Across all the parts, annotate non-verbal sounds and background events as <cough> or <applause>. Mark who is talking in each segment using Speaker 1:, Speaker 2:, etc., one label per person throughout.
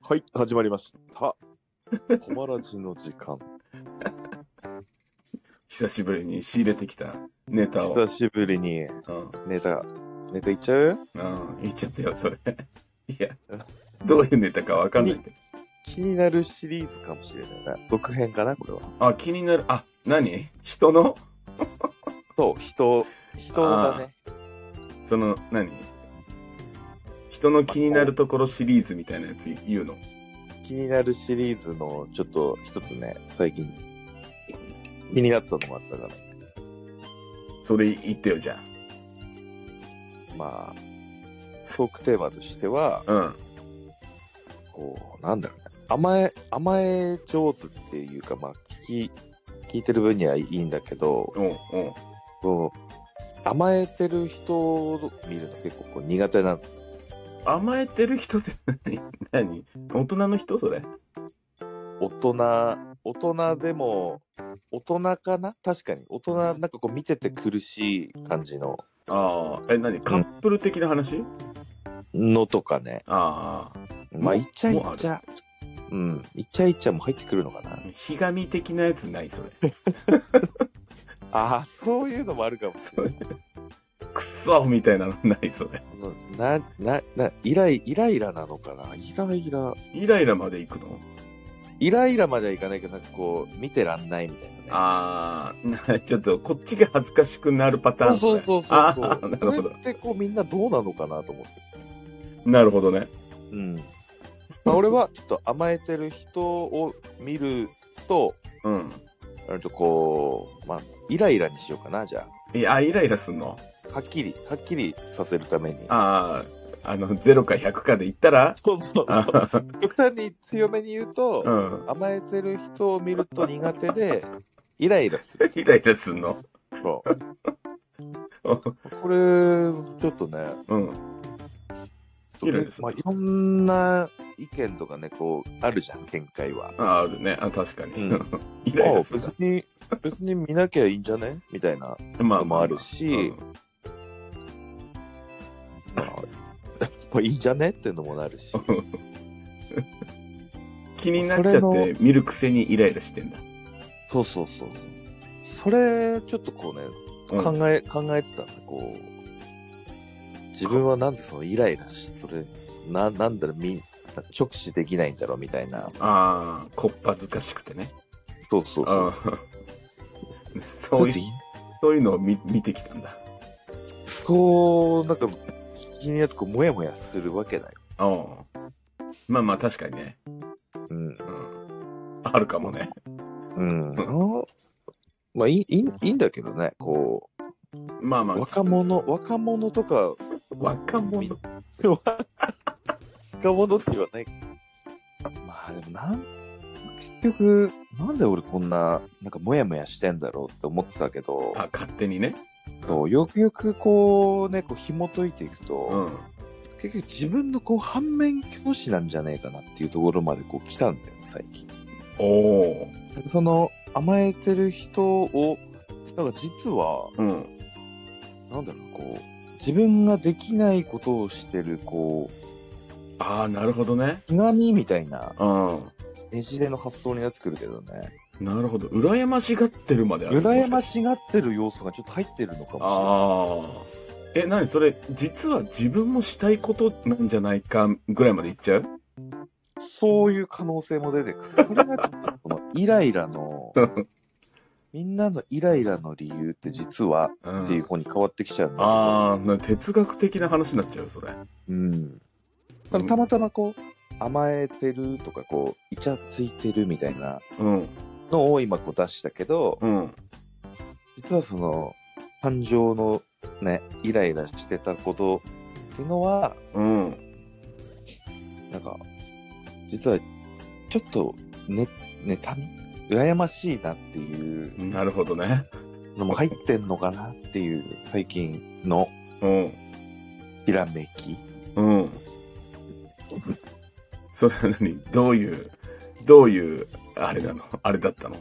Speaker 1: はい、始まりました。友達の時間。
Speaker 2: 久しぶりに仕入れてきたネタを。
Speaker 1: 久しぶりに
Speaker 2: うん。
Speaker 1: ネタ、ネタいっちゃう
Speaker 2: うん。言っちゃったよ、それ。 <laughs> いや、どういうネタかわかんないけど。
Speaker 1: 気になるシリーズかもしれないな。続編かな、これは。
Speaker 2: あ、気になる。あ、何人の
Speaker 1: そう、人、人だね。
Speaker 2: その、何人の気になるところシリーズみたいなやつ言うの
Speaker 1: 気になるシリーズのちょっと一つね、最近気になったのもあったから。
Speaker 2: それ言ってよ、じゃ
Speaker 1: まあ、トークテーマとしては、
Speaker 2: あ。うん。
Speaker 1: こう、なんだろうね。甘え、甘え上手っていうか、まあ、聞き、聞いてる分にはいいんだけど、
Speaker 2: おうおう
Speaker 1: こう甘えてる人を見るの結構こう苦手なんです
Speaker 2: 甘えてる人って何何大人の人それ。
Speaker 1: 大人大人でも大人かな確かに大人なんかこう見てて苦しい感じの
Speaker 2: ああ、え、何カップル的な話、
Speaker 1: のとかね
Speaker 2: ああ、
Speaker 1: まあ
Speaker 2: もう
Speaker 1: いっちゃいっちゃうんいっちゃいっちゃも入ってくるのかな
Speaker 2: ひがみ的なやつないそれ。
Speaker 1: <laughs> ああそういうのもあるかもしれない
Speaker 2: くっそみたいなのないそれ。
Speaker 1: なななイライイライラなのかなイライラ
Speaker 2: イライラまで行くの
Speaker 1: イライラまではいかないけどなんかこう見てらんないみたいなね
Speaker 2: ああ、なちょっとこっちが恥ずかしくなるパターン
Speaker 1: そうそうそうそう
Speaker 2: あ
Speaker 1: そう
Speaker 2: あ、なるほ
Speaker 1: こ
Speaker 2: ど
Speaker 1: れ。ってこうみんなどうなのかなと思って
Speaker 2: なるほどね。
Speaker 1: うんまあ、俺はちょっと甘えてる人を見ると、
Speaker 2: うん。
Speaker 1: うんとこう、まあ、イライラにしようかな、じゃ
Speaker 2: いや、イライラすんの
Speaker 1: あ。はっきり、はっきりさせるために。
Speaker 2: ああ、あの、0か100かで言ったら
Speaker 1: そうそうそ
Speaker 2: あ
Speaker 1: う。
Speaker 2: ー
Speaker 1: 極端に強めに言うと、
Speaker 2: うん。
Speaker 1: 甘えてる人を見ると苦手で、イライラする。
Speaker 2: イライラすんの <laughs>
Speaker 1: そうこれ、ちょっとね、
Speaker 2: うん。イライラする
Speaker 1: まあ、いろんな意見とかね、こう、あるじゃん、見解は。
Speaker 2: ああ、あるね。あ確かに。
Speaker 1: うん
Speaker 2: <laughs> イライ
Speaker 1: ま
Speaker 2: ラ
Speaker 1: あ
Speaker 2: する
Speaker 1: 別に、別に見なきゃいいんじゃねみたいな
Speaker 2: な。ま
Speaker 1: のもあるし、
Speaker 2: うん
Speaker 1: まあ、これいいんじゃねってのもなるし。
Speaker 2: 気になっちゃ
Speaker 1: そ
Speaker 2: っ
Speaker 1: れ
Speaker 2: て見るくせにイライラしてんだ。
Speaker 1: そうそうそう。それ、ちょっとこうね、
Speaker 2: うん
Speaker 1: 考え、考えてたんで、こう、自分はなんでそのイライラし、それ、な、なんだろう、み、直視できないんだろうみたいな。
Speaker 2: ああ、こっぱずかしくてね。
Speaker 1: そうそうそう。
Speaker 2: ああ
Speaker 1: そ
Speaker 2: <laughs> そう
Speaker 1: う
Speaker 2: いう
Speaker 1: い
Speaker 2: そういうのを見見てきたんだ。
Speaker 1: うそう、なんか、気になってこう、もやもやするわけない。
Speaker 2: おうまあまあ確かにね。
Speaker 1: うん。
Speaker 2: うん。あるかもね。
Speaker 1: うん。まあ、いい、いいいいんだけどね、こ
Speaker 2: まあまあ。
Speaker 1: う、若。者、若者とか、
Speaker 2: 若
Speaker 1: <laughs>
Speaker 2: 者。
Speaker 1: が戻ってはない。まあでもなん、結局、なんで俺こんな、なんかモヤモヤしてんだろうって思ってたけど、
Speaker 2: あ、勝手にね。
Speaker 1: そうよくよくこうね、こう紐解いていく
Speaker 2: う
Speaker 1: と、
Speaker 2: ん。
Speaker 1: 結局自分のこう反面教師なんじゃねえかなっていうところまでこう来たんだよね、最近。
Speaker 2: おお。
Speaker 1: その甘えてる人を、なんか実は、
Speaker 2: うん。
Speaker 1: なんだろうな、こう、自分ができないことをしてる、こう、
Speaker 2: ああ、なるほどね。
Speaker 1: ひがみみたいな、
Speaker 2: うん。
Speaker 1: ねじれの発想になってくるけどね。
Speaker 2: なるほど。羨ましがってるまである。
Speaker 1: 羨ま
Speaker 2: い。
Speaker 1: しがってる要素がちょっと入ってるのかもしれない。
Speaker 2: ああ。え、なにそれ、実は自分もしたいことなんじゃないかぐらいまでいっちゃう
Speaker 1: そういう可能性も出てくる。それがちょっとこのイライラ
Speaker 2: <laughs>
Speaker 1: の、みんなのイライラの理由って実は
Speaker 2: うん
Speaker 1: っていう方に変わってきちゃうんだけど、
Speaker 2: ああ、な哲学的な話になっちゃう、それ。
Speaker 1: うん。だからたまたまこう、甘えてるとか、こう、イチャついてるみたいな
Speaker 2: うん。
Speaker 1: のを今こう出したけど、
Speaker 2: うん。
Speaker 1: 実はその、感情のね、イライラしてたことっていうのは、
Speaker 2: うん。
Speaker 1: なんか、実は、ちょっと、ね、妬み羨ましいなっていう
Speaker 2: なるほどね。
Speaker 1: のも入ってんのかなっていう、最近の
Speaker 2: うん。
Speaker 1: ひらめき。
Speaker 2: うん。それは何どういう、どういう、あれなのあれだったの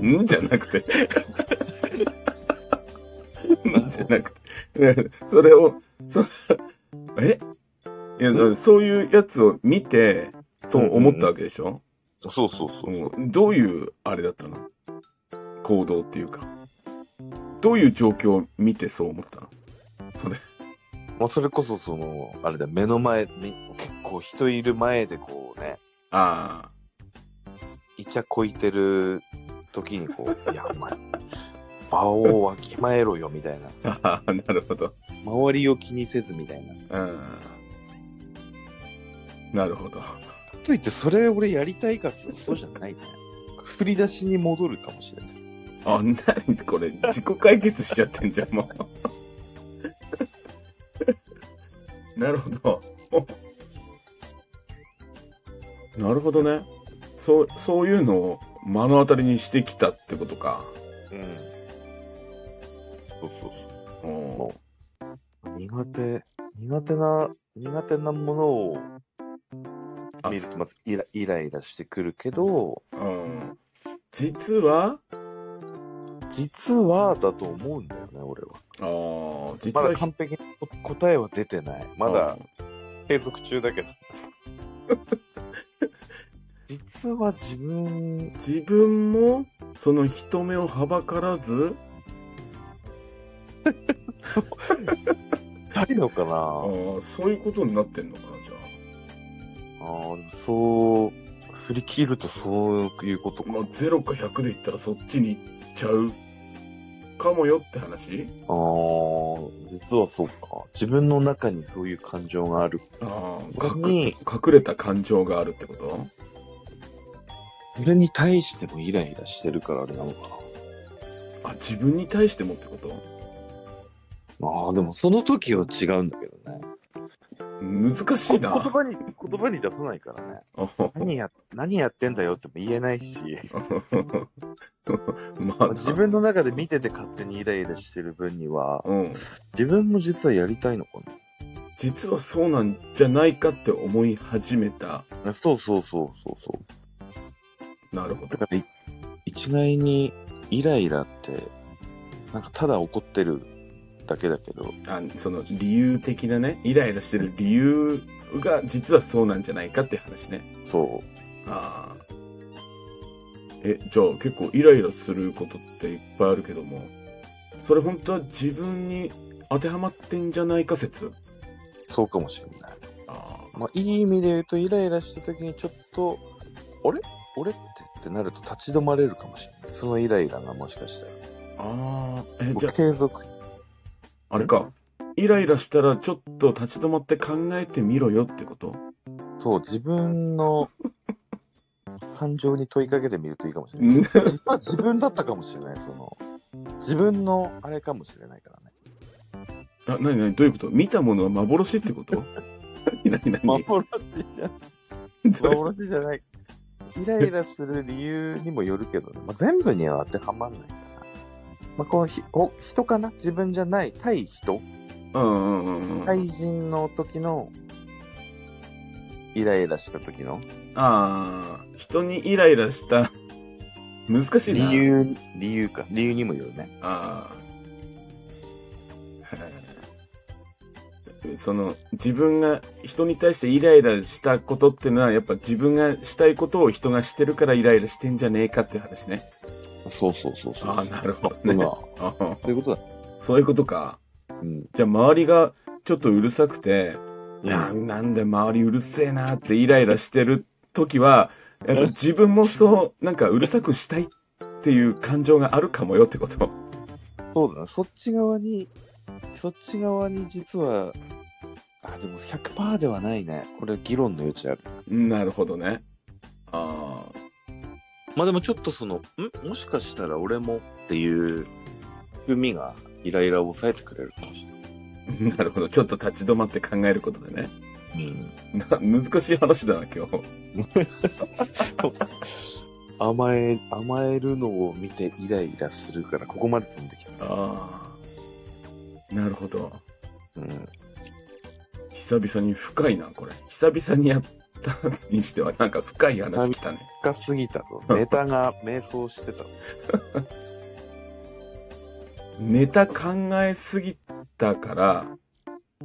Speaker 2: んんじゃなくて。んじゃなくて。それを、そえいや、だからそういうやつを見て、そう思ったわけでしょ、
Speaker 1: そうそうそうそう。
Speaker 2: うんどういう、あれだったの行動っていうか。どういう状況を見てそう思ったのそれ。
Speaker 1: まあ、それこそ、その、あれだ、目の前に、結構人いる前でこうね、
Speaker 2: あ
Speaker 1: イチャこいてる時にこう、いや、お前、 <laughs> 場をわきまえろよ、みたいな。
Speaker 2: あ。ああ、なるほど。
Speaker 1: 周りを気にせず、みたいな。
Speaker 2: うん。なるほど。
Speaker 1: といって、それ俺やりたいかっつうとそうじゃないね。振り出しに戻るかもしれない。
Speaker 2: あ、なにこれ、自己解決しちゃってんじゃん、もう。 <laughs> なるほど。なるほどね。そう、そういうのを目の当たりにしてきたってことか。
Speaker 1: うん。そうそうそう
Speaker 2: うん
Speaker 1: もう。苦手、苦手な、苦手なものを
Speaker 2: あ
Speaker 1: 見ると、まずイライライラしてくるけど、
Speaker 2: うん。実は、
Speaker 1: 実はだと思うんだよね、俺は。
Speaker 2: ああ、実
Speaker 1: ま
Speaker 2: は
Speaker 1: だ、完璧にこ答えは出てない。まだ継続中だけ
Speaker 2: <laughs>
Speaker 1: ど。実は自分、
Speaker 2: 自分も、その人目をはばからず、
Speaker 1: ないのかな
Speaker 2: あーそういうことになってんのかな、じゃ
Speaker 1: あーそう、振り切るとそういうこと
Speaker 2: あ。
Speaker 1: か。
Speaker 2: まあ、0か100で言ったらそっちに行っちゃうかもよって話
Speaker 1: あー実はそうか。自分の中にそういう感情がある。
Speaker 2: ああ、
Speaker 1: 他に、
Speaker 2: 隠れた感情があるってこと
Speaker 1: それに対してもイライラしてるからあれなのか
Speaker 2: あ、自分に対してもってこと
Speaker 1: な。ああ、でもその時は違うんだけどね。
Speaker 2: 難しいな。
Speaker 1: に、言葉に出さないからね。
Speaker 2: ま
Speaker 1: 何や、何やってんだよっても言えないし。
Speaker 2: あ、
Speaker 1: 自分の中で見てて勝手にイライラしてる分には、
Speaker 2: うん。
Speaker 1: 自分も実はやりたいのか
Speaker 2: 実はそうなんじゃないかって思い始めた。
Speaker 1: なそうそうそうそうそう。
Speaker 2: なるほど
Speaker 1: だ。からい、一概にイライラって、なんかただ怒ってるだけだけど、
Speaker 2: あその理由的なね、イライラしてる理由が実はそうなんじゃないかっていう話ね。
Speaker 1: そう。
Speaker 2: ああ。え、じゃあ結構イライラすることっていっぱいあるけども、それ本当は自分に当てはまってんじゃないか説
Speaker 1: そうかもしれない。
Speaker 2: ああ。
Speaker 1: まあ、いい意味で言うと、イライラした時にちょっと、あれ俺ってってなると立ち止まれるかもしれない。そのイライラがもしかしたら。
Speaker 2: ああ、え、じゃ
Speaker 1: 僕継続。
Speaker 2: あ、あれか。イライラしたらちょっと立ち止まって考えてみろよってこと
Speaker 1: そう、自分の感情に問いかけてみるといいかもしれ
Speaker 2: う
Speaker 1: ない
Speaker 2: ん。
Speaker 1: 実は自分だったかもしれない、その、自分のあれかもしれないからね。
Speaker 2: あ、なになにどういうこと見たものは幻ってこと <laughs> なになに
Speaker 1: 幻じゃ、幻じゃない。イライラする理由にもよるけどね。まあ、全部には当てはまんないかな。まあ、このひお人かな自分じゃない、対人
Speaker 2: うんうんうんうん。
Speaker 1: 対人の時の、イライラした時の
Speaker 2: ああ、人にイライラした。難しいな。
Speaker 1: 理由、理由か。理由にもよるね。
Speaker 2: ああ。はいその、自分が、人に対してイライラしたことってのは、やっぱ自分がしたいことを人がしてるからイライラしてんじゃねえかっていう話ね。
Speaker 1: そうそうそうそう。
Speaker 2: ああ、なるほど
Speaker 1: まあ
Speaker 2: ね。
Speaker 1: そ
Speaker 2: ああ
Speaker 1: ういうことだ。
Speaker 2: <laughs> そういうことか。
Speaker 1: うん。
Speaker 2: じゃあ、周りがちょっとうるさくて、ななんで周りうるせえなってイライラしてる時は、やっぱ自分もそう、なんかうるさくしたいっていう感情があるかもよってこと。 <laughs>
Speaker 1: そうだな、そっち側に、そっち側に実は、あ、でも100%ではないね。これ議論の余地ある。
Speaker 2: なるほどね。ああ。
Speaker 1: まあでもちょっとその、んもしかしたら俺もっていう、含みがイライラを抑えてくれるかもし
Speaker 2: <laughs> なるほど。ちょっと立ち止まって考えることでね。 <laughs>
Speaker 1: れない。うん。
Speaker 2: な難しい話だな、今日。
Speaker 1: 甘え、甘えるのを見てイライラするから、ここまで飛んできた。
Speaker 2: ああ。なるほど。
Speaker 1: うん。
Speaker 2: 久々に深いな、これ。久々にやったにしては、なんか深い話きたね。
Speaker 1: 深すぎた <laughs> ぞ。ネタが迷走してた。
Speaker 2: ネタ考えすぎたから、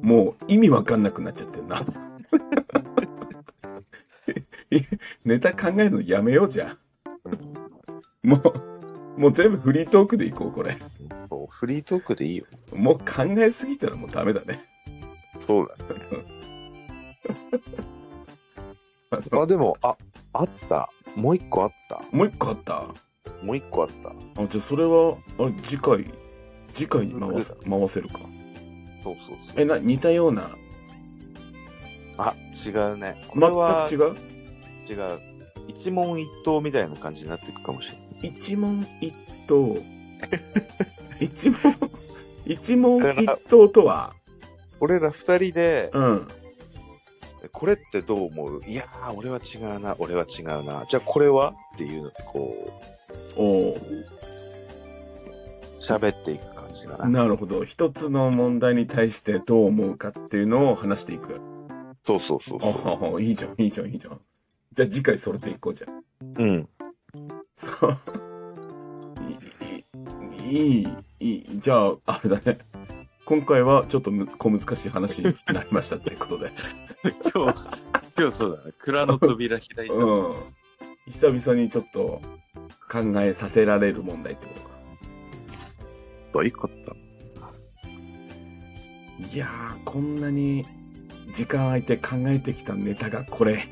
Speaker 2: もう意味わかんなくなっちゃってるな。 <laughs> ネタ考えるのやめようじゃん。もう、もう全部フリートークでいこう、これ。
Speaker 1: そうフリートークでいいよ。
Speaker 2: もう考えすぎたらもうダメだね。
Speaker 1: そうだ。
Speaker 2: あの
Speaker 1: あ、でも、あ、あった。もう一個あった。
Speaker 2: もう一個あった。
Speaker 1: もう一個あった。
Speaker 2: あ、じゃあそれは、あ次回、次回に回す回せるか。
Speaker 1: そうそうそう。
Speaker 2: え、な、似たような、
Speaker 1: あ、違うね。これは
Speaker 2: 全く違う
Speaker 1: 違う。一問一答みたいな感じになっていくかもしれない。
Speaker 2: 一問一 <laughs> 答。一問、一問一答とは、
Speaker 1: 俺ら二人で、
Speaker 2: うん。
Speaker 1: これってどう思ういやー、俺は違うな、俺は違うな。じゃあこれはっていうのってこ
Speaker 2: おー
Speaker 1: う、喋っていく感じかな。
Speaker 2: なるほど一つの問題に対してどう思うかっていうのを話していく
Speaker 1: そうそうそう
Speaker 2: あ
Speaker 1: そ
Speaker 2: あいいじゃんいいじゃんいいじゃんじゃあ次回それでいこうじゃん
Speaker 1: う。うん。
Speaker 2: そういいいいいいじゃああれだね今回はちょっとむ小難しい話になりましたってことで
Speaker 1: 今日、今日そうだね。蔵の扉開いた。
Speaker 2: うん久々にちょっと考えさせられる問題ってことか
Speaker 1: とよかった。
Speaker 2: いやーこんなに時間空いて考えてきたネタがこれ